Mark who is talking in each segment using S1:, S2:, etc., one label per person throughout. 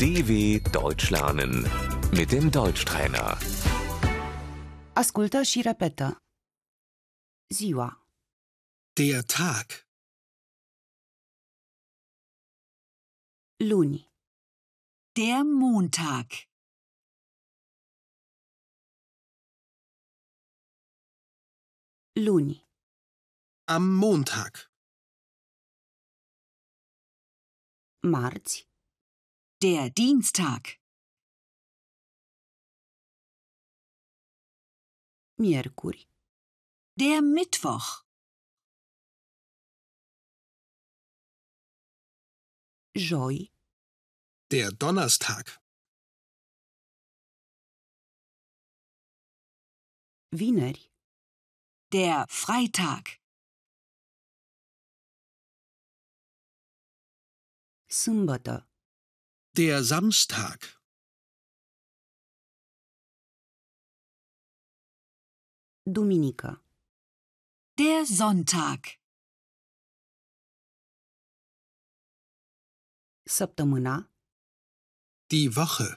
S1: DW Deutsch lernen mit dem Deutschtrainer.
S2: Ascultă și repetă. Ziua,
S3: Der Tag,
S2: luni,
S4: Der Montag.
S2: luni,
S3: am Montag,
S2: marți,
S4: Der Dienstag.
S2: miercuri,
S4: Der Mittwoch.
S2: joi,
S3: der Donnerstag,
S2: vineri,
S4: Der Freitag.
S2: sâmbătă,
S3: der Samstag,
S2: duminică,
S4: Der Sonntag.
S2: săptămâna,
S3: die Woche,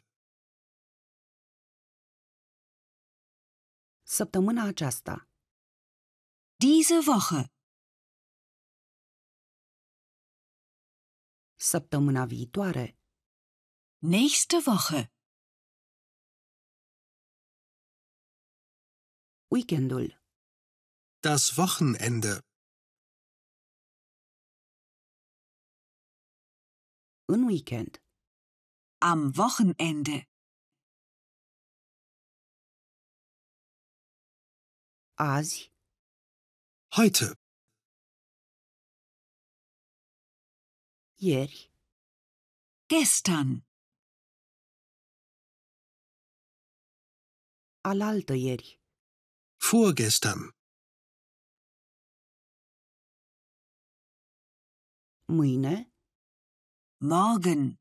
S2: săptămâna aceasta,
S4: Diese Woche.
S2: săptămâna viitoare,
S4: Nächste Woche.
S2: weekendul,
S3: das Wochenende,
S2: în weekend,
S4: Am Wochenende.
S2: azi,
S3: heute,
S2: ieri,
S4: Gestern.
S2: alaltă ieri,
S3: vorgestern,
S2: mâine,
S4: Morgen.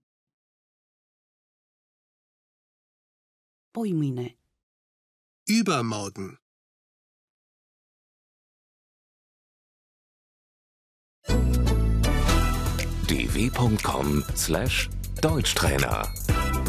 S2: poi mâine,
S3: übermorgen.
S1: dw.com/deutschtrainer